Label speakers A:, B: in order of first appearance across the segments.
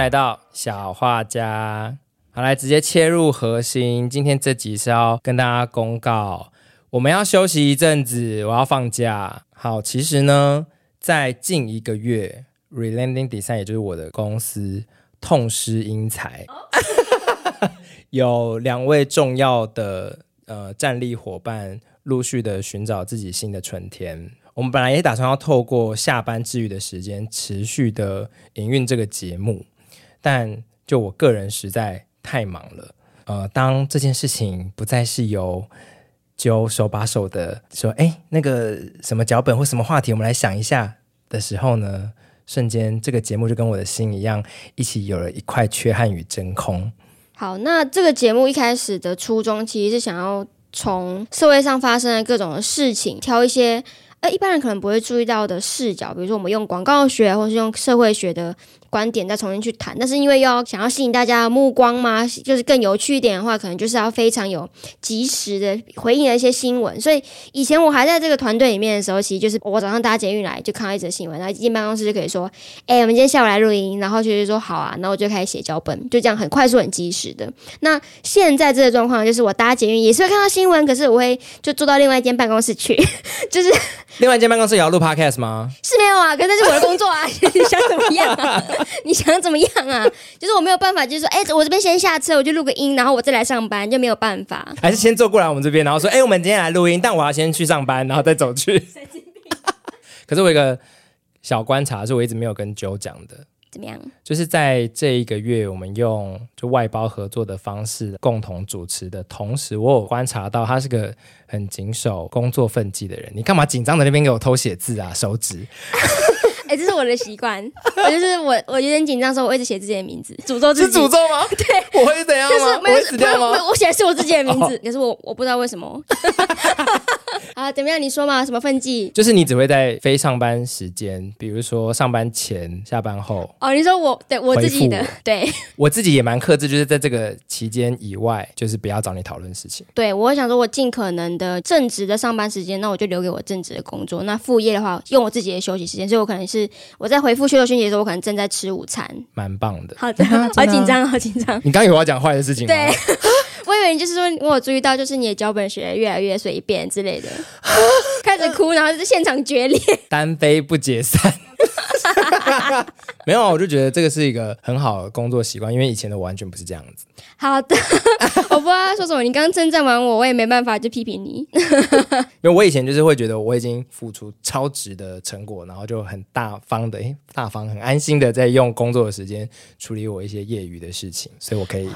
A: 来到小画家。好，来直接切入核心。今天这集是要跟大家公告，我们要休息一阵子，我要放假。好，其实呢，在近一个月，Relanding Design 也就是我的公司痛失英才， 有两位重要的呃战力伙伴陆续的寻找自己新的春天。我们本来也打算要透过下班之余的时间持续的营运这个节目，但就我个人实在太忙了。呃，当这件事情不再是由就手把手的说，哎，那个什么脚本或什么话题，我们来想一下的时候呢，瞬间这个节目就跟我的心一样，一起有了一块缺憾与真空。
B: 好，那这个节目一开始的初衷其实是想要从社会上发生的各种的事情，挑一些呃一般人可能不会注意到的视角，比如说我们用广告学啊或是用社会学的观点再重新去谈。但是因为又要想要吸引大家的目光嘛，就是更有趣一点的话，可能就是要非常有及时的回应了一些新闻。所以以前我还在这个团队里面的时候，其实就是我早上搭捷运来就看到一则新闻，然后一进办公室就可以说哎、我们今天下午来录音，然后学姐说好啊，然后我就开始写脚本，就这样很快速、很及时的。那现在这个状况就是我搭捷运也是会看到新闻，可是我会就坐到另外一间办公室去， 就是
A: 另外一间办公室也要录 podcast 吗？
B: 是没有啊，可是那是我的工作啊， 你想怎么样啊？ 你想怎么样啊？就是我没有办法，就是说，哎、我这边先下车，我就录个音，然后我再来上班，就没有办法。
A: 还是先坐过来我们这边，然后说，哎、我们今天来录音，但我要先去上班，然后再走去。可是我有一个小观察，是我一直没有跟 Joe 讲的，
B: 怎么样？
A: 就是在这一个月，我们用就外包合作的方式共同主持的同时，我有观察到他是个很谨守工作分际的人。你干嘛紧张的那边给我偷写字啊？手指
B: 哎、这是我的习惯， 我就是我，我有点紧张的时候，我一直写自己的名字，诅咒自己，
A: 咒吗？ 对，我会怎样
B: 就
A: 吗
B: 是？
A: 我
B: 没有
A: 会死掉
B: 没有没
A: 吗？哦
B: 有我写的是我自己的名字，可是我我不知道为 什么。 啊，怎么样？你说嘛？什么分际？
A: 就是你只会在非上班时间，比如说上班前、下班后，
B: 哦，你说我对我自己的
A: 回，
B: 对
A: 我自己也蛮克制，就是在这个期间以外，就是不要找你讨论事情。
B: 对，我会想说，我尽可能的正职的上班时间，那我就留给我正职的工作。那副业的话，用我自己的休息时间，所以我可能是我在回复学友讯息的时候，我可能正在吃午餐。
A: 蛮棒啊的。啊
B: 好的， 好紧张，啊好紧 张。
A: 你刚刚有要讲坏的事情吗？
B: 对， 我以为你就是说，我有注意到，就是你的脚本写的越来越随便 之类的，开始哭，然后就是现场决裂。
A: 单飞不解散。 没有啊，我就觉得这个是一个很好的工作习惯，因为以前的我完全不是这样子。
B: 好的， 我不知道说什么。你刚刚称赞完我，我也没办法就批评你。
A: 因为我以前就是会觉得我已经付出超值的成果，然后就很大方的，诶，大方很安心的在用工作的时间处理我一些业余的事情，所以我可 以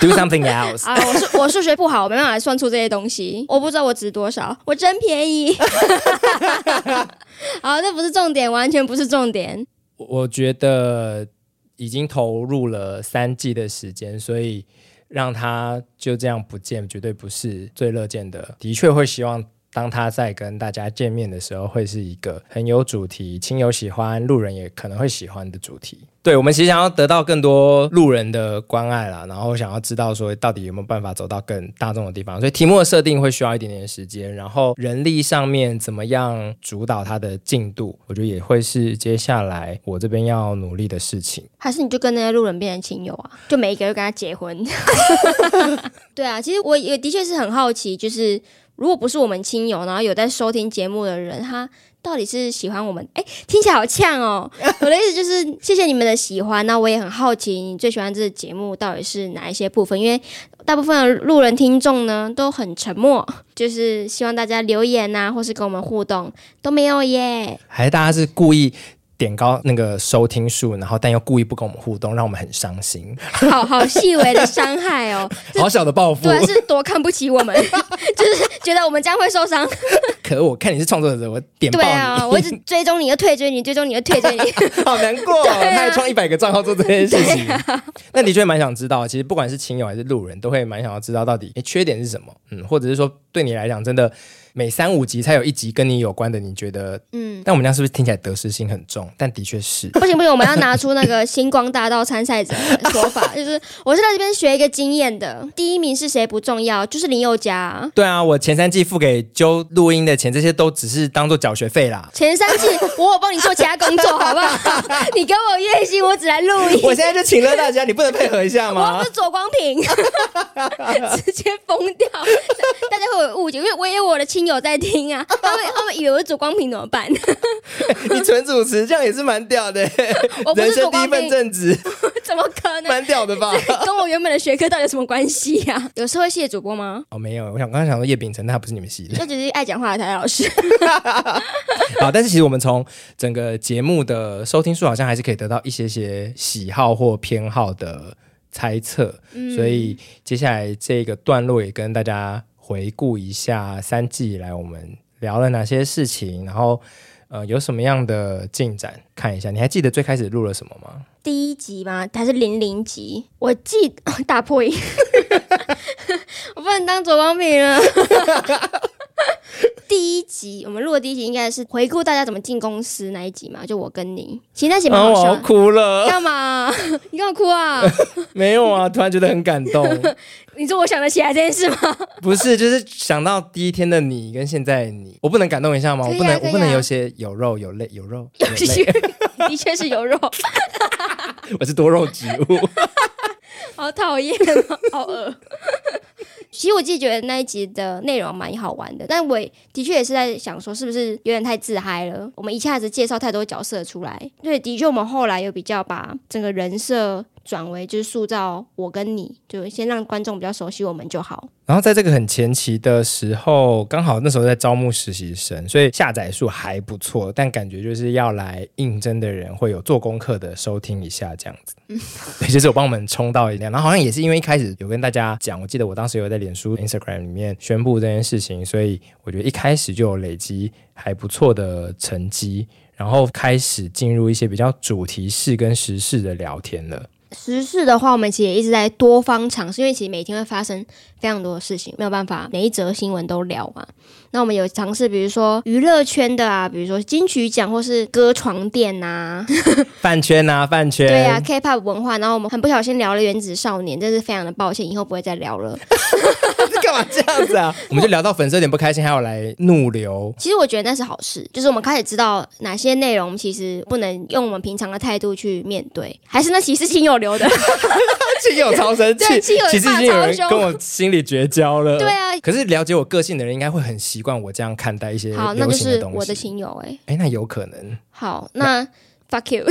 A: do something else。
B: 啊，我数我数学不好，我没办法算出这些东西，我不知道我值多少，我真便宜。 好，这不是重点，完全不是重点。
A: 我我觉得已经投入了三季的时间，所以让他就这样不见，绝对不是最乐见的。的确会希望。当他在跟大家见面的时候，会是一个很有主题、亲友喜欢、路人也可能会喜欢的主题。对我们其实想要得到更多路人的关爱啦，然后想要知道说到底有没有办法走到更大众的地方，所以题目的设定会需要一点点时间，然后人力上面怎么样主导它的进度，我觉得也会是接下来我这边要努力的事情。
B: 还是你就跟那些路人变成亲友啊？就每一个就跟他结婚？ 对啊，其实我也的确是很好奇，就是如果不是我们亲友，然后有在收听节目的人，他到底是喜欢我们？哎，听起来好呛哦。我的意思就是，谢谢你们的喜欢。那我也很好奇，你最喜欢这个节目到底是哪一些部分？因为大部分的路人听众呢都很沉默，就是希望大家留言呐、或是跟我们互动，都没有耶。
A: 还是大家是故意点高那个收听数，然后但又故意不跟我们互动，让我们很伤心，
B: 好好细微的伤害哦。
A: 好小的报复
B: 对。啊，是多看不起我们， 就是觉得我们这样会受伤。
A: 可我看你是创作者，我点爆
B: 对
A: 你，
B: 啊，我一直追踪你，又退追你，追踪你又退追你。
A: 好难过、哦。
B: 对啊
A: 他还创一百个账号做这件事 情，
B: 啊
A: 那的确蛮想知道。其实不管是亲友还是路人，都会蛮想要知道到底诶缺点是什么，嗯，或者是说对你来讲真的。每三五集才有一集跟你有关的，你觉得？
B: 嗯，
A: 但我们这样是不是听起来得失心很重？但的确是，
B: 不行不行，我们要拿出那个星光大道参赛者的说法，就是我是在这边学一个经验的，第一名是谁不重要，就是林宥嘉啊、
A: 对啊，我前三季付给揪录音的钱，这些都只是当做缴学费啦。
B: 前三季我有帮你做其他工作，好不好？ 你给我月薪，我只来录 音。
A: 我现在就请了大家，你不能配合一下
B: 我
A: 吗
B: 不是？左光平， 直接疯掉，大家会有误解，因为我也有我的亲友在听啊，他们他们以为我是左光平怎么办？
A: 你纯主持这样也是蛮屌的、
B: 我不
A: 人
B: 是左
A: 生第一
B: 光
A: 份
B: 平，
A: 正 职，
B: 怎么可能？
A: 蛮屌的 吧？
B: 跟我原本的学科到底有什么关系呀、啊？ 有社会系的主播吗？
A: 哦，没有，我想刚才想说叶秉辰，他不是你们系的。
B: 那只是爱讲话的台老师。
A: 好，但是其实我们从整个节目的收听数，好像还是可以得到一些些喜好或偏好的猜测。
B: 嗯
A: 所以接下来这个段落也跟大家回顾一下三季以来我们聊了哪些事情，然后呃有什么样的进展，看一下。你还记得最开始录了什么吗？
B: 第一集吗？还是零零集？我记 打破音，我不能当左光平了。 第一集我们录的第一集应该是回顾大家怎么进公司那一集嘛，就我跟你，其实那集蛮
A: 啊，
B: 好
A: 我
B: 笑
A: 要
B: 的。
A: 哭了，
B: 干嘛？ 你干嘛哭啊？
A: 没有啊，突然觉得很感动。
B: 你说我想得起来这件事 吗？
A: 不是，就是想到第一天的你跟现在的你，我不能感动一下吗？
B: 可以啊
A: 我不能，
B: 可以啊
A: 我不能有血有肉有泪有肉 有
B: 有
A: 泪，
B: 些的确是有肉，
A: 我是多肉植物。
B: 好讨厌哦，好恶。 其实我自己觉得那一集的内容蛮好玩的，但我也的确也是在想说，是不是有点太自嗨了？我们一下子介绍太多角色出来，对，的确我们后来有比较把整个人设转为就是塑造我跟你，就先让观众比较熟悉我们就好。
A: 然后在这个很前期的时候，刚好那时候在招募实习生，所以下载数还不错，但感觉就是要来应征的人会有做功课的收听一下这样子。 对，就是有帮我们冲到一辆，然后好像也是因为一开始有跟大家讲，我记得我当时有在脸书、Instagram 里面宣布这件事情，所以我觉得一开始就有累积还不错的成绩，然后开始进入一些比较主题式跟时事的聊天了。
B: 时事的话，我们其实也一直在多方尝试，因为其实每天会发生非常多的事情，没有办法每一则新闻都聊嘛。那我们有尝试，比如说娱乐圈的啊，比如说金曲奖或是歌床垫呐、
A: 饭圈啊，饭圈，
B: 对啊，K-pop 文化。然后我们很不小心聊了《原子少年》，真是非常的抱歉，以后不会再聊了。
A: 干嘛这样子啊？我们就聊到粉丝有点不开心，还有来怒流。
B: 其实我觉得那是好事，就是我们开始知道哪些内容其实不能用我们平常的态度去面对，还是那其实是亲友留 的。
A: 亲友超生气，
B: 对亲友
A: 其实已经有人
B: 大超凶
A: 跟我心里绝交了。
B: 对。啊，
A: 可是了解我个性的人，应该会很习惯我这样看待一些
B: 好，那
A: 流
B: 就
A: 行的
B: 是
A: 东
B: 我的
A: 西。
B: 亲友哎、
A: 哎，那有可能。
B: 好，那 fuck you。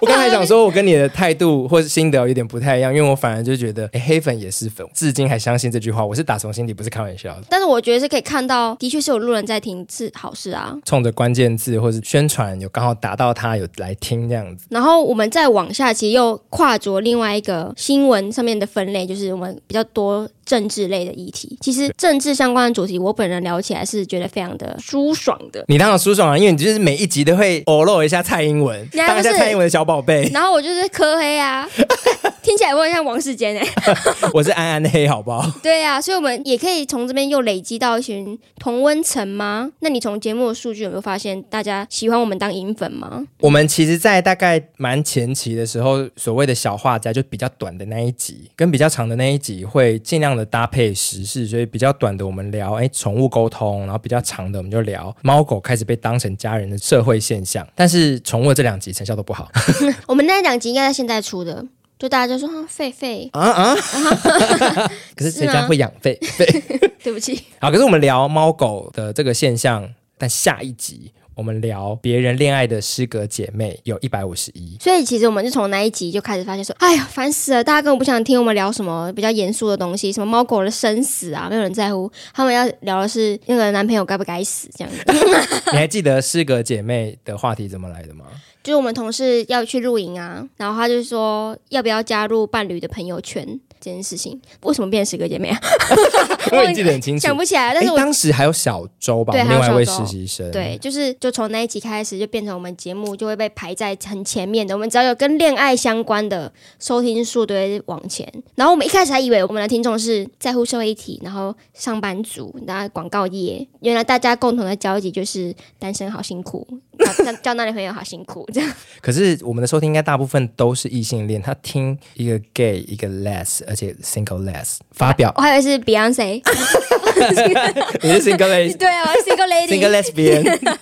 A: 我刚才想说，我跟你的态度或是心得有点不太一样，因为我反而就觉得，哎，黑粉也是粉，至今还相信这句话，我是打从心底，不是开玩笑的。
B: 但是我觉得是可以看到，的确是有路人在听，是好事啊。
A: 冲着关键字或是宣传有刚好达到他有来听这样子，
B: 然后我们再往下，其实又跨着另外一个新闻上面的分类，就是我们比较多政治类的议题。其实政治相关的主题，我本人聊起来是觉得非常的舒爽 的。
A: 你当然舒爽啊，因为你就是每一集都会偶露一下蔡英文，
B: 你还
A: 当一下
B: 不啊是
A: 蔡英文的小宝贝。
B: 然后我就是科黑啊， 听起来我很像王世坚哎、
A: 我是安安黑，好不好？
B: 对啊，所以我们也可以从这边又累积到一群同温层吗？那你从节目的数据有没有发现，大家喜欢我们当银粉吗？
A: 我们其实，在大概蛮前期的时候，所谓的小画家就比较短的那一集，跟比较长的那一集会尽量的搭配时事，所以比较短的我们聊哎宠物沟通，然后比较长的我们就聊猫狗开始被当成家人的社会现象。但是宠物的这两集成效都不好
B: 我们那两集应该在现在出的，就大家就说啊，狒狒，
A: 啊啊！ 可 是谁
B: 是
A: 家
B: 吗
A: 会养狒狒？
B: 对不起，
A: 好，可是我们聊猫狗的这个现象，但下一集我们聊别人恋爱的失格姐妹有一百五十一。
B: 所以其实我们就从那一集就开始发现说，哎呀，烦死了！大家根本不想听我们聊什么比较严肃的东西，什么猫狗的生死啊，没有人在乎。他们要聊的是那个男朋友该不该死这样子。
A: 你还记得失格姐妹的话题怎么来的吗？
B: 就是我们同事要去露营啊，然后他就说要不要加入伴侣的朋友圈这件事情，为什么变十个姐妹啊？
A: 我也记得很清楚
B: 想。不起来，但是
A: 诶
B: 我
A: 当时还有小周吧，
B: 对
A: 另
B: 还有
A: 外一位
B: 小
A: 实
B: 周
A: 习生，
B: 对，就是就从那一集开始，就变成我们节目就会被排在很前面的。我们只要有跟恋爱相关的收听数都会往前。然后我们一开始还以为我们的听众是在乎社会议题，然后上班族，然后广告业。原来大家共同的交集就是单身好辛苦，交交交男女朋友好辛苦，这样
A: 可是我们的收听应该大部分都是异性恋，他听一个 gay 一个 less，而且 single less 发表
B: 我还以为是 Beyonce，
A: 你是 single
B: 对啊我是，single
A: lady，single
B: lady。
A: lesbian，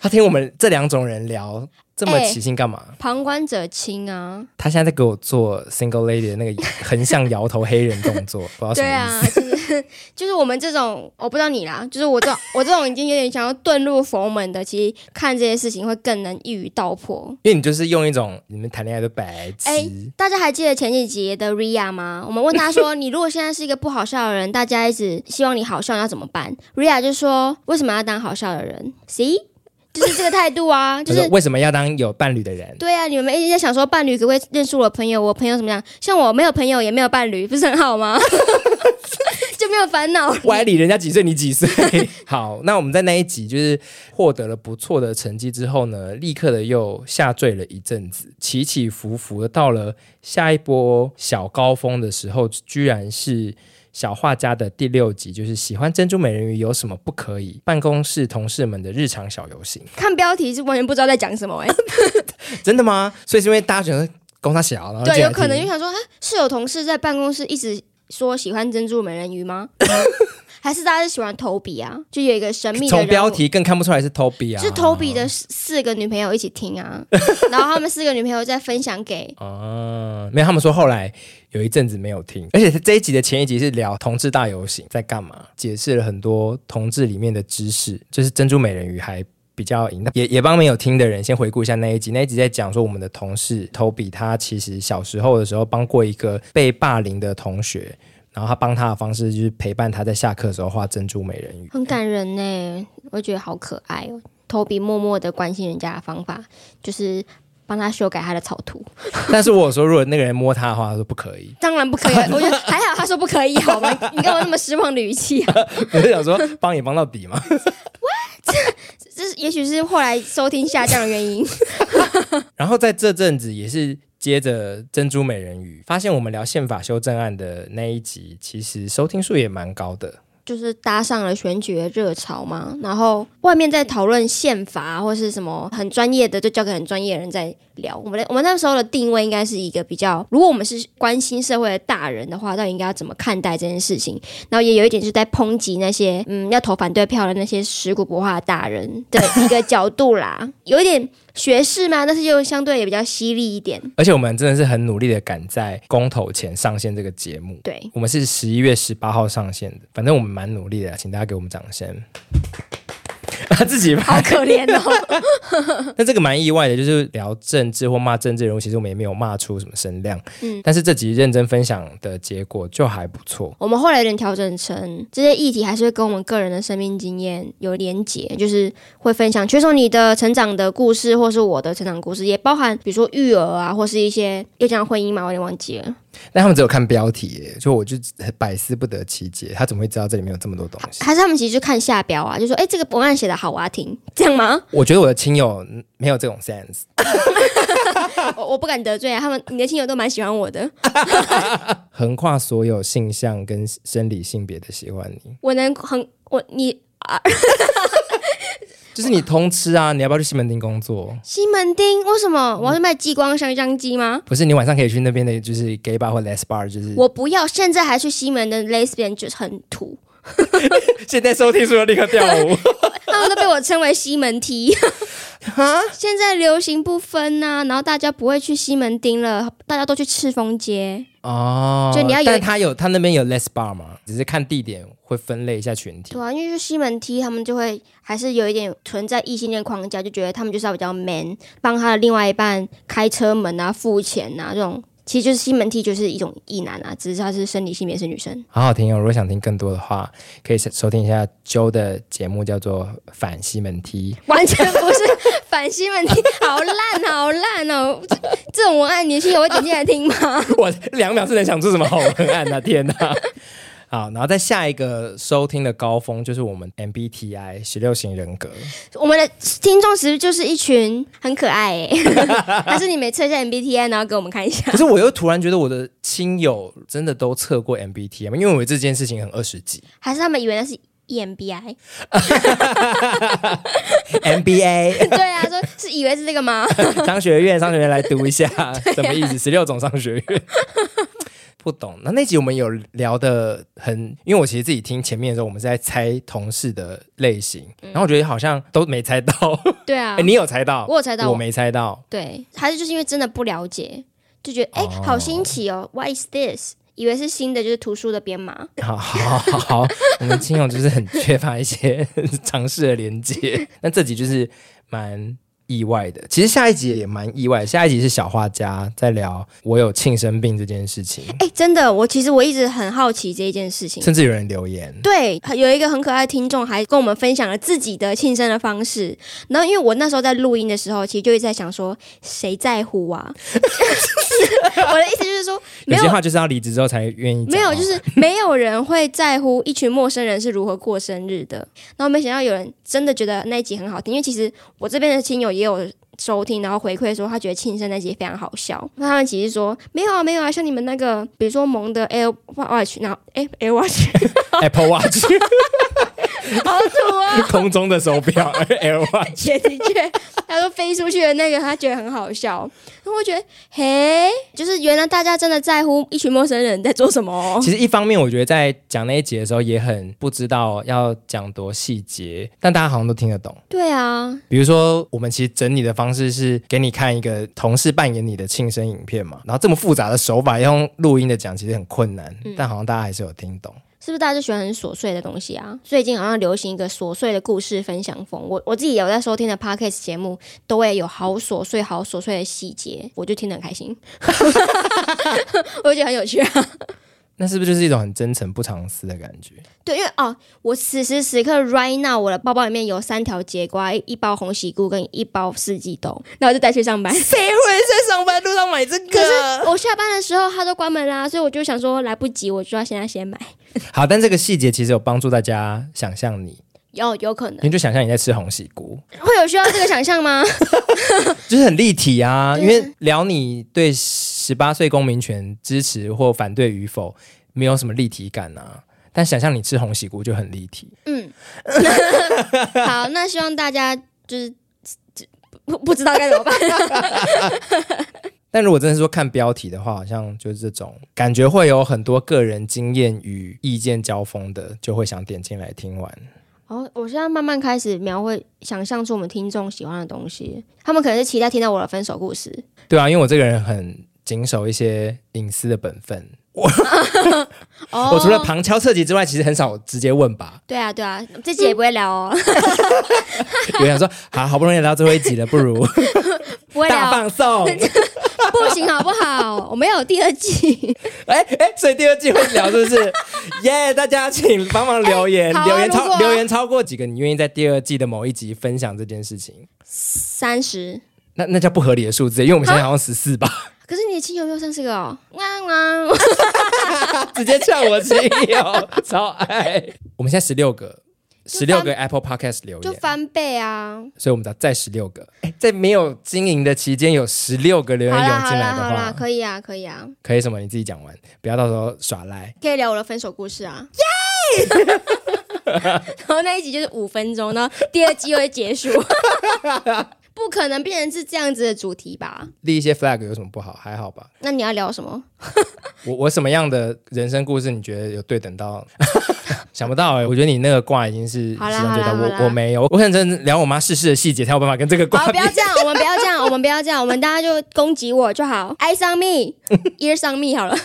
A: 他 听我们这两种人聊这么
B: 诶
A: 起兴干嘛？
B: 旁观者清啊，
A: 他现在在给我做 single lady 的那个横向摇头黑人动作， 不知道哦什
B: 对
A: 么意思。
B: 啊， 就是就是我们这种，我不知道你啦，就是我这种我这种已经有点想要遁入佛门的，其实看这些事情会更能一语道破。
A: 因为你就是用一种你们谈恋爱都白痴，
B: 哎大家还记得前几集的 Ria 吗？我们问他说：“你如果现在是一个不好笑的人，大家一直希望你好笑，你要怎么办？”Ria 就说：“为什么要当好笑的人？See，就是这个态度 啊，就
A: 就是是为什么要当有伴侣的人？
B: 对啊，你们一直在想说伴侣可不可以认识我的朋友？我朋友怎么样？像我没有朋友也没有伴侣，不是很好吗？ 就没有烦恼。
A: 我还理人家几 岁，你几岁？好，那我们在那一集就是获得了不错的成绩之后呢，立刻的又下坠了一阵子，起起伏伏的。到了下一波小高峰的时候，居然是。小画家的第六集就是喜欢珍珠美人鱼有什么不可以？办公室同事们的日常小游戏，
B: 看标题是完全不知道在讲什么 哎、
A: 啊真的吗？所以是因为大家觉得公他小，然后
B: 对，
A: 进来
B: 有可能
A: 听
B: 就想说，啊是有同事在办公室一直说喜欢珍珠美人 鱼吗？还是大家是喜欢投比啊？就有一个神秘的
A: 从
B: 人
A: 标
B: 物。
A: 题更看不出来是 Toby 啊，
B: 就投比的四四个女朋友一起听 啊，然后他们四个女朋友再分享给
A: 啊，没有，他们说后来有一阵子没有听，而且这一集的前一集是聊同志大游行在干嘛，解释了很多同志里面的知识，就是珍珠美人鱼还。比较赢，也也帮没有听的人先回顾一下那一集。那一集在讲说，我们的同事 Toby，他其实小时候的时候帮过一个被霸凌的同学，然后他帮他的方式就是陪伴他在下课的时候画珍珠美人鱼。
B: 很感人呢、我觉得好可爱哦。投比默默的关心人家的方法，就是帮他修改他的草图。
A: 但是我有说，如果那个人摸他的话，他说不可以。
B: 当然不可以，啊 我觉得还好，他说不可以，好吗？你干嘛那么失望的语气啊？
A: 我就想说，帮也帮到底嘛。
B: 这是也许是后来收听下降的原因。
A: 然后在这阵子也是接着《珍珠美人鱼》，发现我们聊宪法修正案的那一集，其实收听数也蛮高的。
B: 就是搭上了选举的热潮嘛，然后外面在讨论宪法啊或是什么很专业的，就交给很专业的人在聊。我们的我们那时候的定位应该是一个比较，如果我们是关心社会的大人的话，到底应该要怎么看待这件事情？然后也有一点是在抨击那些嗯要投反对票的那些食古不化的大人的一个角度啦， 有一点学士嘛，但是又相对也比较犀利一点。
A: 而且我们真的是很努力的赶在公投前上线这个节目。
B: 对，
A: 我们是十一月十八号上线的，反正我们蛮努力的，请大家给我们掌声。啊，自己吧。
B: 好可怜哦。
A: 那这个蛮意外的，就是聊政治或骂政治人物，其实我们也没有骂出什么声量。嗯，但是这集认真分享的结果就还不错。
B: 我们后来有点调整成这些议题，还是会跟我们个人的生命经验有连结，就是会分享，缺少你的成长的故事，或是我的成长故事，也包含比如说育儿啊，或是一些又讲婚姻嘛，我有点忘记了，
A: 但他们只有看标题耶，就我就百思不得其解，他怎么会知道这里面有这么多东西？
B: 还是他们其实就看下标啊，就说哎、这个文案写的好，我要听，这样吗？
A: 我觉得我的亲友嗯没有这种 sense，
B: 我我不敢得罪啊，他们你的亲友都蛮喜欢我的，
A: 横跨所有性向跟生理性别的喜欢你，
B: 我能很我你
A: 就是你通吃啊，你要不要去西门町工作？
B: 西门町为什么我要去卖激光香香鸡吗？
A: 不是，你晚上可以去那边的，就是 gay bar 或 les bar，就是
B: 我不要，现在还去西门的 lesbian 就是很土，
A: 现在收听说立刻跳舞。
B: 他们都被我称为西门 T。现在流行不分呐、然后大家不会去西门町了，大家都去赤峰街。
A: 哦，
B: 就你要有
A: 但他有他那边有 les bar 嘛，只是看地点会分类一下群体
B: 对。啊，因为就西门町，他们就会还是有一点存在异性恋框架，就觉得他们就是要比较 man，帮他的另外一半开车门啊、付钱啊这种其实就是西门町就是一种异男啊，只是他是生理性别是女生。
A: 好好听哦！如果想听更多的话，可以收听一下 Joe 的节目，叫做《反西门踢》。
B: 完全不是反西门町，好烂，好烂哦！这这种文案，年轻人会点进来听吗？
A: 我两秒之内想出什么好文案啊！天哪！好，然后再下一个收听的高峰就是我们 MBTI 十六型人格，
B: 我们的听众其实就是一群很可爱、欸，还是你们测一下 MBTI，然后给我们看一下
A: 可。是我又突然觉得我的亲友真的都测过 MBTI 吗？因为我这件事情很二十几
B: 还是他们以为那是 E EMBI？
A: ，MBA
B: 对啊，说是以为是这个 吗？
A: 商学院，商学院来读一下，什么意思？十六种商学院。不懂。那那集我们有聊的很，因为我其实自己听前面的时候，我们是在猜同事的类型，然后我觉得好像都没猜到。
B: 对嗯啊，
A: 哎，你有猜到？
B: 我有猜到，
A: 我没猜到。
B: 对，还是就是因为真的不了解，就觉得哎、
A: 哦
B: 好新奇哦，What is this？以为是新的，就是图书的编码。
A: 好好好好，我们亲友就是很缺乏一些 尝试的连接。 那这集就是蛮意外的，其实下一集也蛮意外。下一集是小画家在聊我有庆生病这件事情，
B: 哎、真的，我其实我一直很好奇这一件事情。
A: 甚至有人留言，
B: 对，有一个很可爱的听众还跟我们分享了自己的庆生的方式。然后，因为我那时候在录音的时候，其实就一直在想说，谁在乎啊？ 我的意思就是说，没
A: 有
B: 有
A: 些话就是要离职之后才愿意讲
B: 没有，
A: 哦
B: 就是 没有人会在乎一群陌生人是如何过生日 的。然后没想到有人真的觉得那一集很好听，因为其实我这边的亲友也有收听，然后回馈说他觉得庆生那集非常好笑。那他们其实说没有啊，没有啊，像你们那个，比如说萌的 Air Watch，然后哎 Air Watch，
A: Apple Watch
B: 好土啊！
A: 空中的手 表哎 Air Watch，
B: 也的确，他说飞出去的那个，他觉得很好笑。然后我觉得，嘿，就是原来大家真的在乎一群陌生人在做什么哦、
A: 其实一方面我觉得在讲那一集的时候也很不知道要讲多细节，但大家好像都听得懂。
B: 对啊，
A: 比如说，我们其实整理的方式是给你看一个同事扮演你的庆生影片嘛，然后这么复杂的手法要用录音的讲，其实很困难，但好像大家还是有听懂。
B: 是不是大家就喜欢很琐碎的东西啊？最近好像流行一个琐碎的故事分享风。我我自己有在收听的 podcast 节目，都会有好琐碎、好琐碎的细节，我就听得很开心， 我就觉得很有趣啊。
A: 那是不是就是一种很真诚不藏私的感觉？
B: 对，因为哦，我此时此刻 right now 我的包包里面有三条节瓜，一包红喜菇跟一包四季豆，然后我就带去上班。
A: 谁会在上班路上买这
B: 可是我下班的时候它都关门啦、所以我就想说来不及，我就要现在先买。
A: 好，但这个细节其实有帮助大家想象你，
B: 有有可能
A: 你就想象你在吃红喜菇，
B: 会有需要这个想象吗？
A: 就是很立体啊。因为聊你对十八岁公民权支持或反对与否，没有什么立体感啊。但想象你吃红喜菇就很立体。
B: 嗯， 好，那希望大家就是不不知道该怎么办。
A: 但如果真的是说看标题的话，好像就是这种感觉会有很多个人经验与意见交锋的，就会想点进来听完。
B: 哦，我现在慢慢开始描绘，想象出我们听众喜欢的东西，他们可能是期待听到我的分手故事。
A: 对啊，因为我这个人很谨守一些隐私的本分。
B: 哦
A: 我除了旁敲侧击之外，其实很少直接问 吧。
B: 对啊，对啊，这集也不会聊哦，
A: 嗯有人想说，好好不容易聊到最后一集了，不 如
B: 不会
A: 大
B: 聊，哦
A: 放 送。
B: 不行好不好？我们有第二季，
A: 哎哎，所以第二季会聊是不 是？耶、大家请帮忙留言，
B: 好啊
A: 留言
B: 如果
A: 超
B: 啊
A: 留言超过几个，你愿意在第二季的某一集分享这件事情？
B: 三十。
A: 那那叫不合理的数字，因为我们现在好像十四吧。
B: 可是你的亲友没有三十个哦，哇哇！
A: 直接呛我亲 友，超爱。我们现在十六个，
B: 就
A: 十
B: 翻
A: 六个 Apple Podcast 留
B: 就
A: 言，
B: 翻倍啊！
A: 所以我们再十六个，哎在没有经营的期间有十六个留
B: 好
A: 言
B: 啦
A: 涌
B: 好
A: 进来
B: 啦
A: 的
B: 好啦，
A: 话，
B: 可以啊可以啊，
A: 可以什么？你自己讲完，不要到时候耍赖。
B: 可以聊我的分手故事啊！耶！ 然后那一集就是五分钟，然后第二季又会结 束，不可能变成是这样子的主题吧？
A: 立一些 flag 有什么不好？还好吧。
B: 那你要聊什么？
A: 我我什么样的人生故事你觉得有对等 到？想不到哎、我觉得你那个卦已经是
B: 好啦
A: 始终觉
B: 好啦
A: 得
B: 好
A: 我
B: 啦
A: 我没有，我很认真聊我妈逝世的细节才有办法跟这个卦
B: 好，不要这样，我们不要这样，我们不要这样，我们大家就攻击我就好，eyes on me，ears on me 好了。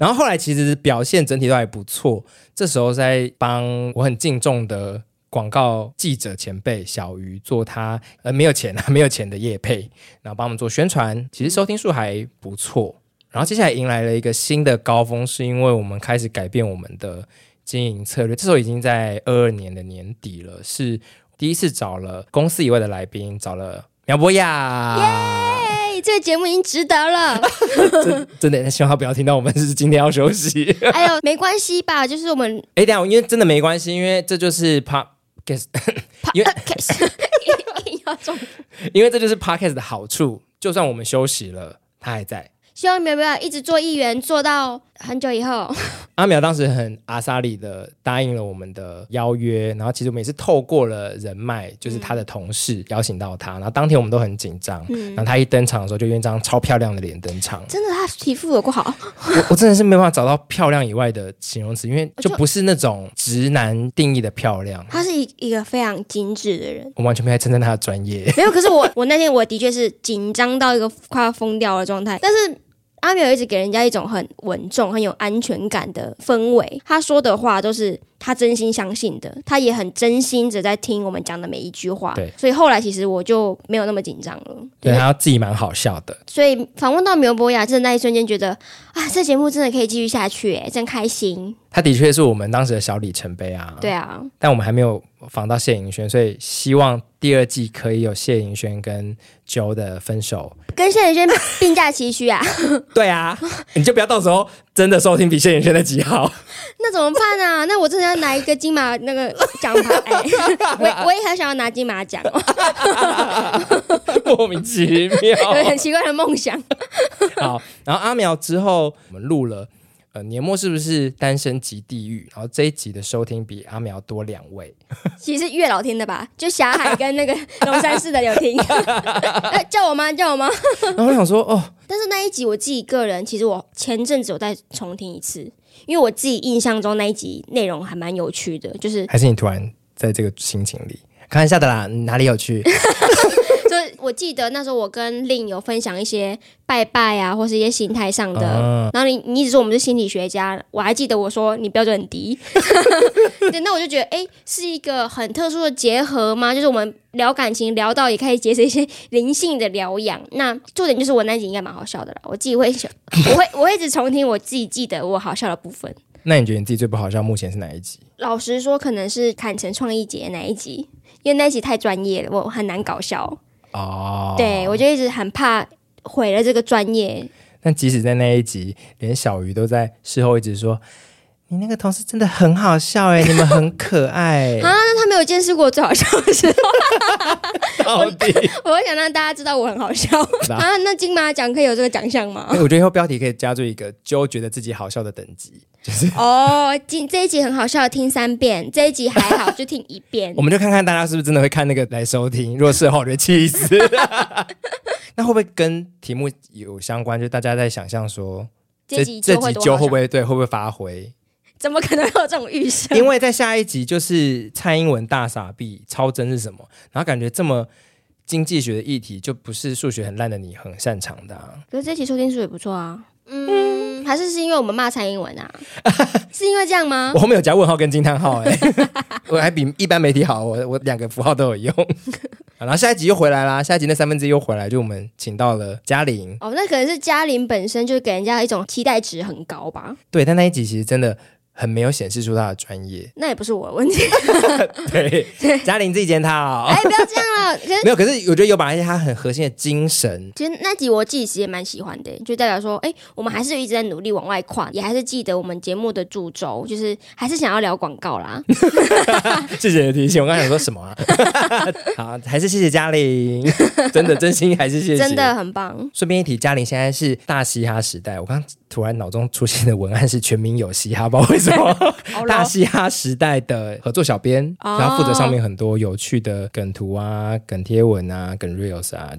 A: 然后后来其实表现整体都还不错，这时候在帮我很敬重的广告记者前辈小鱼做他呃没有钱啊没有钱的业配，然后帮我们做宣传，其实收听数还不错。然后接下来迎来了一个新的高峰，是因为我们开始改变我们的经营策略。这时候已经在二二年的年底了，是第一次找了公司以外的来宾，找了苗博雅。
B: 哎，这个节目已经值得 了。
A: 真的希望他不要听到我们是今天要休息。
B: 哎呦，没关系吧，就是我们
A: 哎、等一下，因为真的没关系，因为这就是 pod，因 为
B: podcast 硬要中，
A: 因为这就是 podcast 的好处。就算我们休息了，他还在。
B: 希望苗苗一直做议员做到很久以后。
A: 阿苗当时很阿莎里的答应了我们的邀约，然后其实我们也是透过了人脉，就是他的同事邀请到他，然后当天我们都很紧张，然后他一登场的时候就用一张超漂亮的脸登场，
B: 真的，他皮肤有不好，
A: 我我真的是没办法找到漂亮以外的形容词，因为就
B: 就
A: 不是那种直男定义的漂亮，
B: 他是一一个非常精致的人。
A: 我完全没在称赞他的专业。
B: 没有，可是我 我那天我的确是紧张到一个快要疯掉的状态，但是。阿苗一直给人家一种很稳重、很有安全感的氛围，他说的话都是他真心相信的，他也很真心的在听我们讲的每一句话
A: 对，
B: 所以后来其实我就没有那么紧张了。
A: 对，他自己蛮好笑的。
B: 所以访问到苗博雅，真的那一瞬间觉得啊，这节目真的可以继续下去，哎，真开心。
A: 他的确是我们当时的小里程碑啊。
B: 对，啊，
A: 但我们还没有访到谢盈萱，所以希望第二季可以有谢盈萱跟 Joe 的分手。
B: 跟谢宇轩并驾齐驱啊，
A: 对啊， 你就不要到时候真的收听比谢盈萱的集 号。
B: 那怎么办啊？那我真的要拿一个金马那个奖牌，哎，我我也很想要拿金马奖，哦
A: 莫名其妙。
B: 有很奇怪的梦想。
A: 好，然后阿苗之后我们录了。呃，年末是不是单身即地狱？然后这一集的收听比阿苗多两位，
B: 其实是月老听的吧，就霞海跟那个龙山寺的有听，哎叫我妈叫我妈。
A: 然后我想说，哦，
B: 但是那一集我自己个人，其实我前阵子有再重听一次，因为我自己印象中那一集内容还蛮有趣的，就是
A: 还是你突然在这个心情里，开玩笑的啦，哪里有趣？
B: 就是我记得那时候我跟令有分享一些拜拜啊，或是一些心态上的。
A: 嗯
B: 然后你你一直说我们是心理学家，我还记得我说你标准很低。 对，那我就觉得哎、诶是一个很特殊的结合吗？就是我们聊感情聊到也可以结合一些灵性的疗养。那重点就是我那集应该蛮好笑的啦，我自己会喜欢 我会我会一直重听我自己记得我好笑的部分。
A: 那你觉得你自己最不好笑目前是哪一集？
B: 老实说，可能是坎城创意节那一集，因为那一集太专业了，我很难搞笑。
A: 哦，
B: 对，我就一直很怕毁了这个专业。
A: 但即使在那一集，连小鱼都在事后一直说：“你那个同事真的很好笑哎、你们很可爱、
B: 啊那他没有见识过我最好笑 的时候，
A: 到底，
B: 我会想让大家知道我很好笑
A: 吧
B: 啊。那金马奖可以有这个奖项吗
A: 哎？我觉得以后标题可以加注一个“就觉得自己好笑的等级
B: 哦，今这一集很好笑，听三遍；这一集还好，就听一”，遍
A: 我。们就看看大家是不是真的会看那个来收听。如果是的话，我就气死。 那会不会跟题目有相关？就大家在想象说，
B: 这集就
A: 集
B: 会多
A: 就
B: 好
A: 会
B: 笑
A: 不？会对会不会发挥？
B: 怎么可能会有这种预设？
A: 因为在下一集就是蔡英文大傻逼超真是什么，然后感觉这么经济学的议题就不是数学很烂的你很擅长的、啊，
B: 可是这集收听数也不错啊。嗯，还是是因为我们骂蔡英 文啊？是因为这样吗
A: 我？后面有加问号跟惊叹号、哎，我还比一般媒体好，我我两个符号都有用。好然后下一集又回来啦，下一集那三分之一又回来，就我们请到了嘉玲，
B: 哦，那可能是嘉玲本身就给人家一种期待值很高吧？
A: 对，但那一集其实真的很没有显示出她的专业，
B: 那也不是我的问题。
A: 对，嘉玲自己检讨
B: 哎，，不要这样了。可是
A: 没有，可是我觉得有把一些她很核心的精神
B: 其实那集我自己其实也蛮喜欢的，就代表说，哎、我们还是一直在努力往外跨，也还是记得我们节目的主轴，就是还是想要聊广告啦。
A: 谢谢你的提醒，我刚才想说什么 啊？好，还是谢谢嘉玲，真的真心还是谢谢。
B: 真的。很棒，
A: 顺便一提，嘉玲现在是大嘻哈时代。我刚突然脑中出现的文案是“全民有嘻哈”，不知道为什么。
B: 好
A: 大
B: 咯
A: 嘻哈时代的合作小编，
B: 哦
A: 然后负责上面很多有趣的梗图啊、梗贴文啊、梗 reels 啊。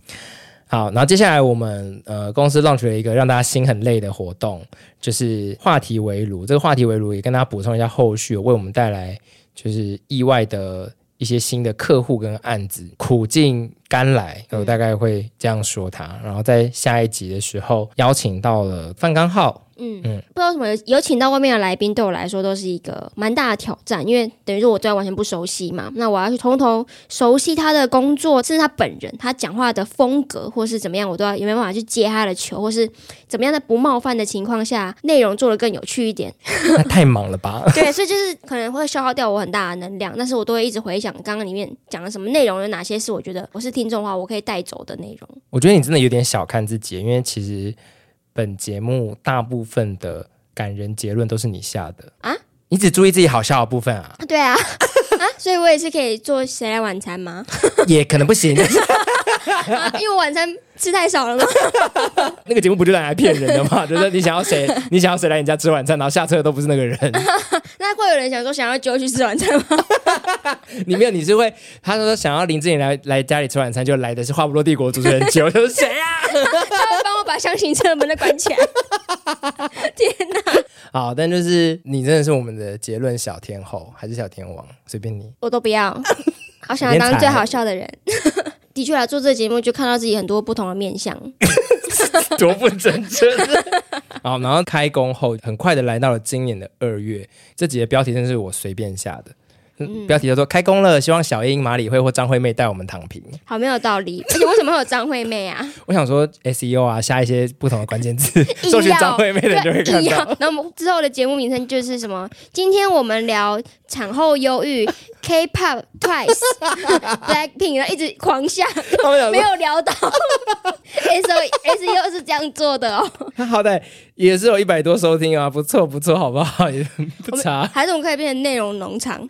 A: 好，然后接下来我们呃公司 launch 了一个让大家心很累的活动，就是话题围炉。这个话题围炉也跟大家补充一下后续，为我们带来就是意外的一些新的客户跟案子，苦尽甘来，我大概会这样说他。然后在下一集的时候邀请到了范刚浩，
B: 嗯，不知道为什么有有请到外面的来宾，对我来说都是一个蛮大的挑战，因为等于说我对他完全不熟悉嘛，那我要去从头熟悉他的工作，甚至他本人，他讲话的风格或是怎么样，我都要有没有办法去接他的球，或是怎么样在不冒犯的情况下，内容做得更有趣一点。
A: 那太忙了 吧？
B: 对，所以就是可能会消耗掉我很大的能量，但是我都会一直回想刚刚里面讲了什么内容，有哪些是我觉得我是听众的话，我可以带走的内容。
A: 我觉得你真的有点小看自己，因为其实本节目大部分的感人结论都是你下的
B: 啊
A: 啊，你只注意自己好笑的部分 啊，
B: 啊对啊，啊，所以我也是可以做谁来晚餐 吗？
A: 也可能不行。
B: 啊因为我晚餐吃太少了吗？
A: 那个节目不就拿来骗人的嘛？就是你想要谁，你想要谁来你家吃晚餐，然后下车的都不是那个人。
B: 那会有人想说想要揪去吃晚餐吗？
A: 里面你是会，他说想要林志颖来来家里吃晚餐，就来的是《花不落帝国》主持人 九，就是谁啊？
B: 他会帮我把箱型车的门都关起来。天哪！
A: 好，但就是你真的是我们的结论小天后还是小天王，随便你。
B: 我都不要， 好想要当最好笑的人。 的确啊来做这个节目就看到自己很多不同的面相。
A: 多不真真。好，然后开工后，很快的来到了今年的二月。这集的标题真是我随便下的，嗯、标题叫做“开工了”，希望小英、马里会或张惠妹带我们躺平。
B: 好没有道理，而且为什么会有张惠妹啊？
A: 我想说 SEO 啊，下一些不同的关键 字，
B: 硬
A: 搜寻
B: 要
A: 张惠妹的人就会
B: 对，
A: 看
B: 硬要
A: 到。。
B: 然后我们之后的节目名称就是什么？今天我们聊产后忧 郁、K-pop、Twice、Blackpink，然后一直狂下，
A: 他们想
B: 没
A: 说，
B: 有聊到。S O S E O 是这样做的哦，
A: 他好歹也是有一百多收听啊，不错不错，好不好？也不差。
B: 还是我们可以变成内容农场。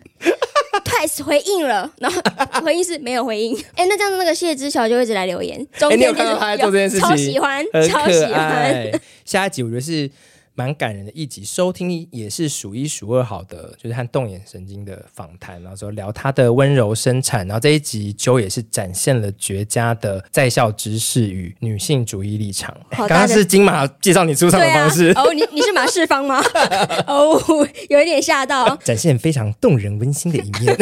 B: Twice 回应了，然后回应是没有回应。哎、那这样子那个谢之桥就会一直来留言，中
A: 哎你有
B: 间就是
A: 看到他在做这件事
B: 有超
A: 情
B: 喜欢，
A: 很
B: 超喜
A: 可
B: 欢。
A: 爱。下一集我觉得是蛮感人的一集，收听也是数一数二好的，就是和动眼神经的访谈，然后说聊他的温柔生产，然后这一集 Jo 也是展现了绝佳的在校知识与女性主义立场。
B: 好
A: 刚刚
B: 大家
A: 是金马介绍你出场的
B: 对啊
A: 方式，，
B: 哦，你你是马世芳 吗？哦，有一点吓到。哦
A: 展现非常动人温馨的一面。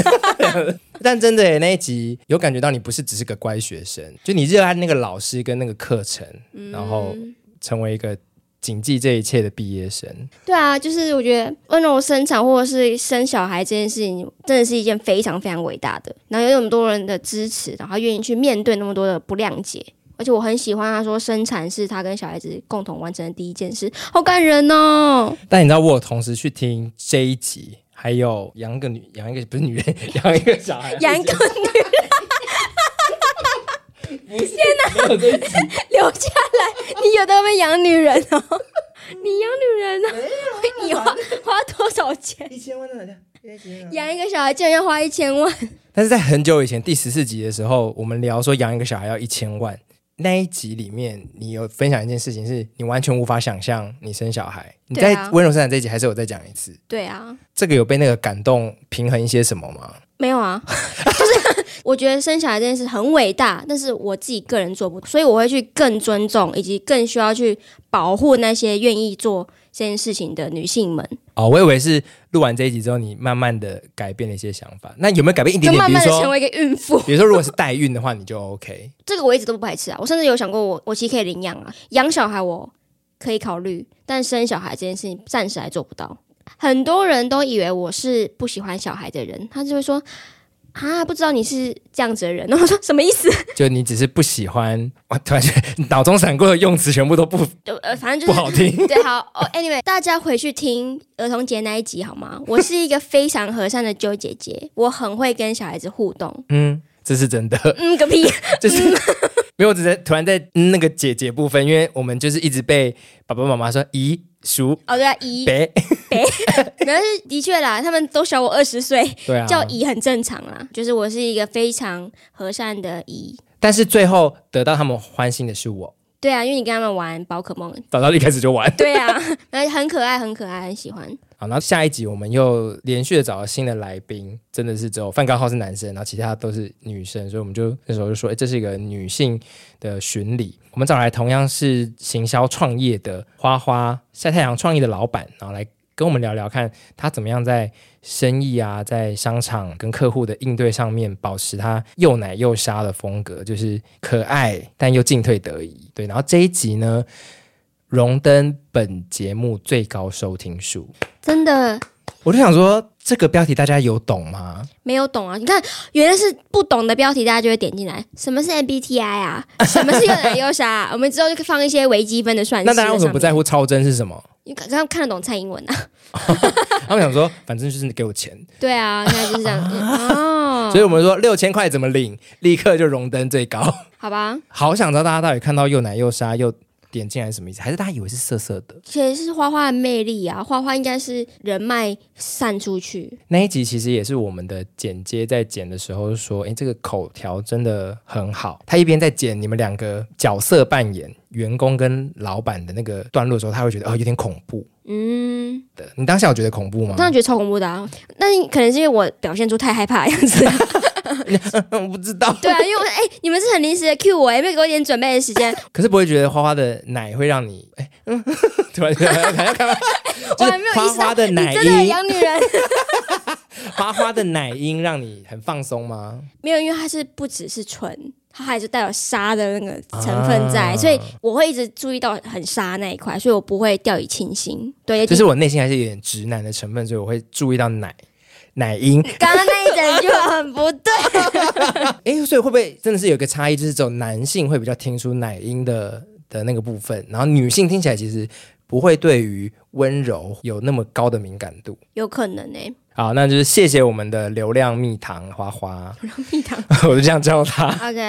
A: 但真的耶那一集有感觉到你不是只是个乖学生，就你热爱那个老师跟那个课程，然后成为一个谨记这一切的毕业生。
B: 对啊，就是我觉得温柔生产或者是生小孩这件事情，真的是一件非常非常伟大的。然后有那么多人的支持，然后愿意去面对那么多的不谅解。而且我很喜欢他说，生产是他跟小孩子共同完成的第一件事，好感人哦！
A: 但你知道，我有同时去听这一集，还有养个女养一个不是女人，养一个小孩，
B: 杨哥
A: 不是没有这一集
B: 留下来，你有在外面养女人哦，你养女人哦， 你
A: 啊
B: 花花多少钱
A: 一千万的奶量。一千万
B: 养一个小孩，竟然要花一千万？
A: 但是在很久以前第十四集的时候，我们聊说养一个小孩要一千万那一集里面，你有分享一件事情，是你完全无法想象你生小孩。你
B: 对
A: 在
B: 啊
A: 温柔生产这一集还是有再讲一次，
B: 对啊，
A: 这个有被那个感动平衡一些什么吗？
B: 没有啊，就是 我觉得生小孩这件事很伟大，但是我自己个人做不，所以我会去更尊重，以及更需要去保护那些愿意做这件事情的女性们，
A: 哦，我以为是录完这一集之后，你慢慢的改变了一些想法。那有没有改变一
B: 就
A: 点点？
B: 慢慢
A: 比
B: 的
A: 如
B: 成
A: 说，
B: 为一个孕妇。
A: 比如说如果是代孕的话，你就 OK。
B: 这个我一直都不排斥啊，我甚至有想过我，我其实可以领养啊，养小孩我可以考虑，但生小孩这件事情暂时还做不到。很多人都以为我是不喜欢小孩的人，他就会说啊，不知道你是这样子的人。然后我说什么意思？
A: 就你只是不喜欢， 我突然觉得脑中闪过的用词全部都不
B: 就呃，反正就
A: 不
B: 是
A: 好听。
B: 对，好哦。Anyway，大家回去听儿童节那一集 好吗？我是一个非常和善的纠姐姐，我很会跟小孩子互动。
A: 嗯，这是真的。
B: 嗯，个屁！
A: 就是没有，我只是突然在嗯那个姐姐部分，因为我们就是一直被爸爸妈妈说姨叔
B: 哦，对啊， 姨，
A: 伯，
B: 但是的确啦，他们都小我二十岁，
A: 对啊，
B: 叫姨很正常啦。就是我是一个非常和善的姨。
A: 但是最后得到他们欢心的是我，
B: 对啊，因为你跟他们玩宝可 梦。
A: 早到一开始就玩。
B: 对啊，然后很可爱，很可爱，很喜欢。
A: 好，然后下一集我们又连续的找了新的来宾，真的是只有范刚浩是男生，然后其他都是女生，所以我们就那时候就说，哎，这是一个女性的巡礼。我们找来同样是行销创业的花花晒太阳创意的老板，然后来跟我们聊聊看他怎么样在生意啊，在商场跟客户的应对上面保持他又奶又沙的风格，就是可爱但又进退得宜。对，然后这一集呢，荣登本节目最高收听数，
B: 真的
A: 我就想说这个标题大家有懂吗？
B: 没有懂啊！你看，原来是不懂的标题，大家就会点进来。什么是 MBTI 啊？什么是又奶又 沙、啊？我们之后就可以放一些微积分的算式。
A: 那大家为什么不在？乎超真是 什么？
B: 你看这样看得懂蔡英文啊？
A: 他们想说，反正就是给我钱，
B: 对啊，那就是这 样。嗯
A: 所
B: 哦，
A: 以我们说六千块怎么领，立刻就荣登最高。
B: 好吧，
A: 好想知道大家到底看到又奶又沙又点进来是什么意思，还是大家以为是色色的？
B: 其实是花花的魅力啊，花花应该是人脉散出去。
A: 那一集其实也是我们的剪接在剪的时候说，诶，这个口条真的很好。他一边在剪你们两个角色扮演员工跟老板的那个段落的时候，他会觉得哦有点恐怖
B: 嗯，
A: 的。你当下有觉得恐怖吗
B: 我？当然觉得超恐怖的啊。那可能是因为我表现出太害怕的样子。
A: 我不知道，
B: 对啊，因为我哎、你们是很临时的 cue 我，也没有给我一点准备的时 间。
A: 可是不会觉得花花的奶会让你诶，嗯， 突然觉得要看要 看吗？
B: 我还没有意
A: 就
B: 识到
A: 是花花的
B: 你
A: 奶
B: 真的很
A: 音，
B: 养女人。
A: 花花的奶音让你很放松吗？
B: 没有，因为它是不只是纯，它还是带有沙的那个成分在，
A: 啊
B: 所以我会一直注意到很沙那一块，所以我不会掉以轻心。对，也
A: 就
B: 挺
A: 是我内心还是有点直男的成分，所以我会注意到奶奶 音。
B: 刚刚那一整句话很不对，
A: 诶，所以会不会真的是有一个差异，就是只有男性会比较听出奶音的的那个部分，然后女性听起来其实不会对于温柔有那么高的敏感度。
B: 有可能欸 呢、
A: 好，那就是谢谢我们的流量蜜糖花花，
B: 蜜糖。
A: 我就这样叫她。
B: OK，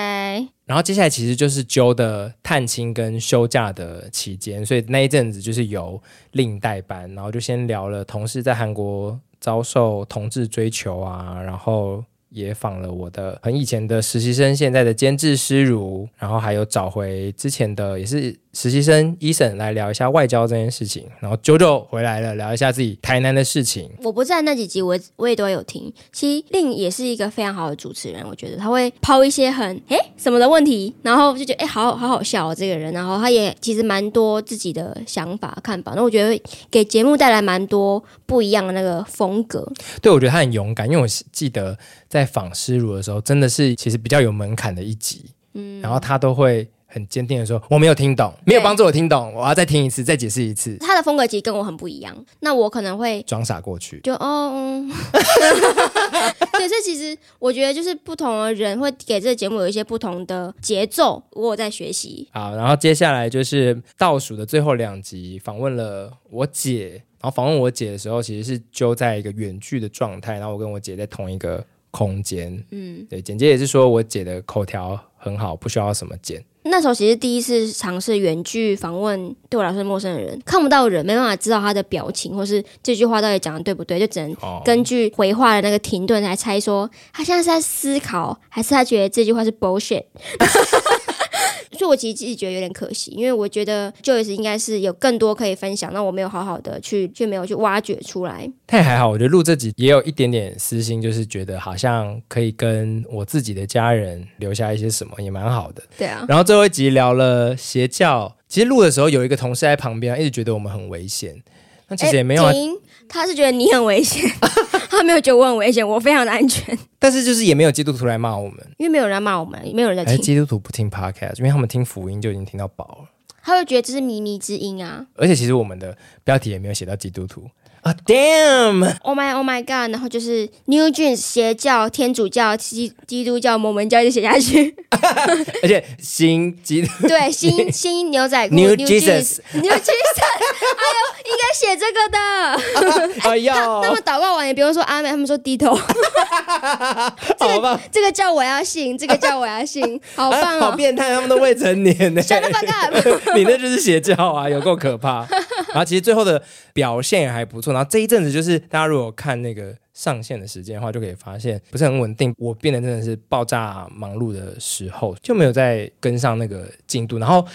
A: 然后接下来其实就是揪的探亲跟休假的期间，所以那一阵子就是由另代班，然后就先聊了同事在韩国遭受同志追求啊，然后也访了我的很以前的实习生，现在的监制师如，然后还有找回之前的也是实习生 e 森来聊一下外交这件事情，然后九九回来了聊一下自己台南的事情，
B: 我不在那几集，我我也都有听。其实令也是一个非常好的主持人，我觉得他会抛一些很诶什么的问题，然后就觉得诶好好好笑哦这个人，然后他也其实蛮多自己的想法看法，那我觉得会给节目带来蛮多不一样的那个风格。
A: 对，我觉得他很勇敢，因为我记得在访师如的时候，真的是其实比较有门槛的一集，嗯，然后他都会很坚定的说我没有听懂，没有帮助我听懂，我要再听一次，再解释一次，
B: 他的风格其实跟我很不一样，那我可能会
A: 装傻过去。
B: 就哦，嗯 对，所以其实我觉得就是不同的人会给这个节目有一些不同的节奏，我有在学习。
A: 好，然后接下来就是倒数的最后两集，访问了我姐，然后访问我姐的时候，其实是揪在一个远距的状态，然后我跟我姐在同一个空间，
B: 嗯，
A: 对，简介也是说我姐的口条很好，不需要什么剪。
B: 那时候其实第一次尝试远距访问，对我来说是陌生的人，看不到人，没办法知道他的表情，或是这句话到底讲的对不对，就只能
A: 哦，
B: 根据回话的那个停顿来猜说他现在是在思考，还是他觉得这句话是 bullshit。所以，我其实自己觉得有点可惜，因为我觉得 Joyce 应该是有更多可以分享，那我没有好好的去，却没有去挖掘出来。
A: 但还好，我觉得录这集也有一点点私心，就是觉得好像可以跟我自己的家人留下一些什么，也蛮好的。
B: 对啊，
A: 然后最后一集聊了邪教，其实录的时候有一个同事在旁边，一直觉得我们很危险，那其实
B: 哎
A: 也没有啊，
B: 停，他是觉得你很危险， 他没有觉得我很危险，我非常的安全，
A: 但是就是也没有基督徒来骂我们，
B: 因为没有人在骂我们，也没有人在
A: 哎，
B: 听，
A: 基督徒不听 podcast，因为他们听福音就已经听到饱了，
B: 他会觉得这是靡靡之音啊。
A: 而且其实我们的标题也没有写到基督徒啊，damn，
B: Oh my, oh my god！然后就是 New Jeans 邪教、天主教、基基督教、摩门教就写下去。
A: 而且新基 督
B: 对，新新牛仔裤
A: New
B: Jeans New Jesus，哎呦，应该写这个的。
A: 哎呦，
B: 他们祷告完也不用说阿门，他们说低头。
A: 好棒，
B: 这个叫我要信，这个叫我 要信，好棒
A: 啊好
B: 哦
A: 变态，他们都未成年 呢、
B: ！Shut the fuck up！
A: 你那就是邪教啊，有够可怕。 然后其实最后的表现也还不错。然后这一阵子就是大家如果有看那个上线的时间的话，就可以发现不是很稳定。我变得真的是爆炸忙碌的时候，就没有再跟上那个进度。然后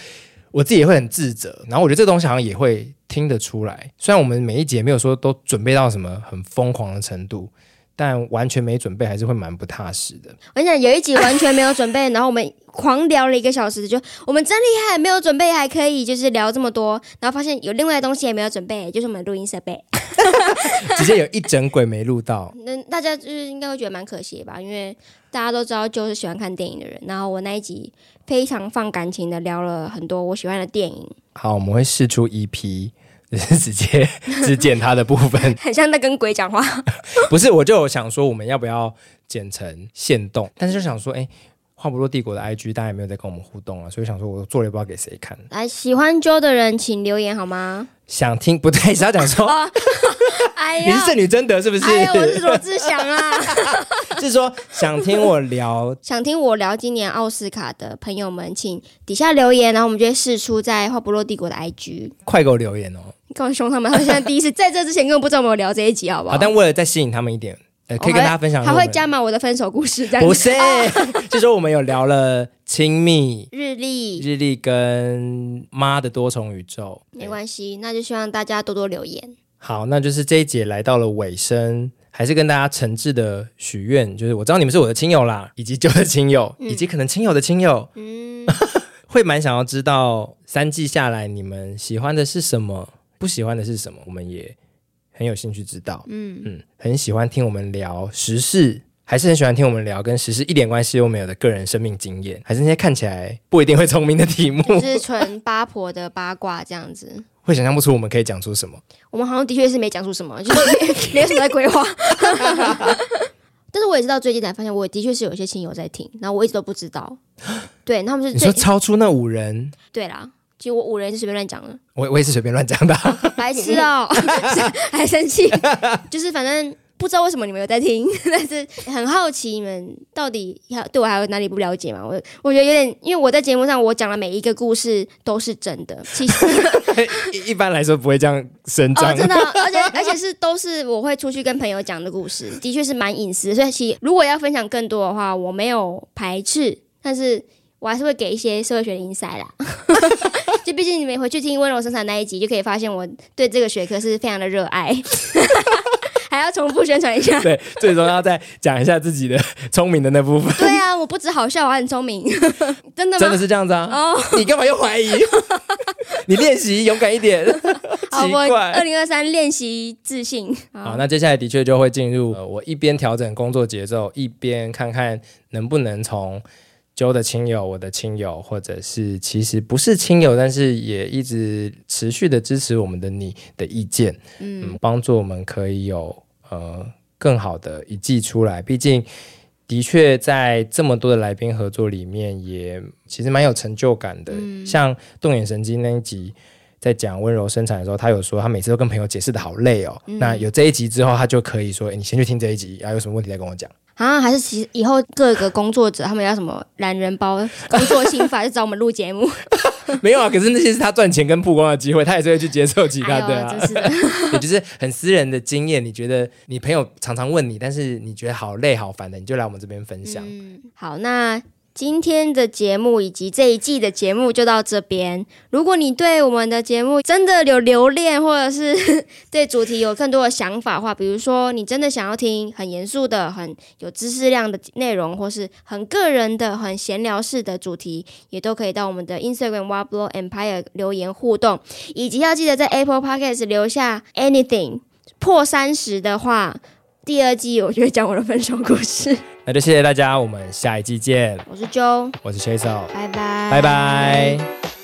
A: 我自己也会很自责。然后我觉得这东西好像也会听得出来，虽然我们每一节没有说都准备到什么很疯狂的程度。但完全没准备，还是会蛮不踏实的。
B: 我跟你讲，有一集完全没有准备，然后我们狂聊了一个小时，就我们真厉害，没有准备还可以，就是聊这么多，然后发现有另外的东西也没有准备，就是我们的录音设备。
A: 直接有一整轨没录到。
B: 那大家就是应该会觉得蛮可惜的吧，因为大家都知道就是喜欢看电影的人。然后我那一集非常放感情的聊了很多我喜欢的电影，
A: 好，我们会试出一批，就是 直接 只剪他的部分。
B: 很像在跟鬼讲话。
A: 不是，我就有想说我们要不要剪成线动，但是就想说，哎、话不多帝国的 IG 大家也没有在跟我们互动啊，所以想说我做了也不知道给谁看。
B: 来，喜欢啾的人请留言好吗？
A: 想听不对，是要讲说、
B: 哎
A: 你是
B: 呀，
A: 圣女贞德是不是？
B: 哦哎呀，我是罗志祥啊！
A: 是说想听我聊
B: 想听我聊今年奥斯卡的朋友们，请底下留言，然后我们就会试出在《话不落帝国》的 IG。
A: 快给我留言哦。
B: 你干嘛凶他们？他们现在第一次在这之前根本不知道我们有聊这一集，好不好？
A: 好，但为了再吸引他们一点，呃，可以
B: 哦还
A: 跟大家分享。
B: 还会加满我的分手故事，这样
A: 不
B: 子
A: 是， 就说我们有聊了亲密、
B: 日历。
A: 日历跟妈的多重宇宙。
B: 没关系，那就希望大家多多留言。
A: 好，那就是这一节来到了尾声，还是跟大家诚挚的许愿，就是我知道你们是我的亲友啦，以及旧的亲友，以及可能亲友的亲友，
B: 嗯，
A: 会蛮想要知道三季下来你们喜欢的是什么，不喜欢的是什么，我们也很有兴趣知道。嗯嗯，很喜欢听我们聊时事，还是很喜欢听我们聊跟时事一点关系都没有的个人生命经验，还是那些看起来不一定会聪明的题目，
B: 就是纯八婆的八卦这样子。
A: 会想象不出我们可以讲出什么。
B: 我们好像的确是没讲出什么，就是 没有什么在规划。但是我也知道最近才发现，我的确是有一些亲友在听，然后我一直都不知道。对，然后他们是
A: 你说
B: 最
A: 超出那五人，
B: 对啦，其实我五人是随便乱讲的，
A: 我我也是随便乱讲的。
B: 白痴哦、还生气，就是反正不知道为什么你们有在听， 但是很好奇你们到底还对我还有哪里不了解嘛？我我觉得有点，因为我在节目上我讲的每一个故事都是真的，其实。
A: 一一般来说不会这样 声
B: 哦，
A: 张。
B: 真的，而且而且是都是我会出去跟朋友讲的故事， 的确是蛮隐私。所以其实如果要分享更多的话，我没有排斥，但是我还是会给一些社会学的 insight 啦。 就毕竟你们回去听温柔生产那一集，就可以发现我对这个学科是非常的热爱。 还要重复宣传一下。
A: 对，最终要再讲一下自己的聪明的那部分，
B: 对啊，我不止好笑，我还很聪明， 真的吗？
A: 真的是这样子啊？
B: 哦，
A: 你干嘛又 怀疑？你练习勇敢一点，
B: 好，
A: 奇
B: 我二
A: 怪。
B: 零二三练习自信。
A: 好，
B: 好，
A: 那接下来的确就会进入、呃、我一边调整工作节奏，一边看看能不能从揪的亲友、我的亲友，或者是其实不是亲友，但是也一直持续的支持我们的你的意见，嗯，帮助我们可以有呃更好的一季出来。毕竟，的确在这么多的来宾合作里面，也其实蛮有成就感的。
B: 嗯
A: 像动眼神经那一集。在讲温柔生产的时候，他有说他每次都跟朋友解释的好累哦。
B: 嗯
A: 那有这一集之后，他就可以说：“哎、你先去听这一集，然、后有什么问题再跟我 讲。
B: 啊，还是其实以后各个工作者他们要什么懒人包工作心法，就找我们录节目。”
A: 没有啊，可是那些是他赚钱跟曝光的机会，他也是会去接受其他的、
B: 哎呦，
A: 啊
B: 真。是的，
A: 也就是很私人的经验，你觉得你朋友常常问你，但是你觉得好累好烦的，你就来我们这边分享。
B: 嗯好，那今天的节目以及这一季的节目就到这边。如果你对我们的节目真的有留恋，或者是 对主题有更多的想法的话，比如说你真的想要听很严肃的、很有知识量的内容，或是很个人的、很闲聊式的主题，也都可以到我们的 Instagram w a b l o Empire 留言互动，以及要记得在 Apple Podcast 留下 anything。破三十的话，第二季我就会讲我的分手故事。
A: 那就谢谢大家，我们下一季见。
B: 我是 Joe。
A: 我是 Chase，
B: 拜拜，
A: 拜拜。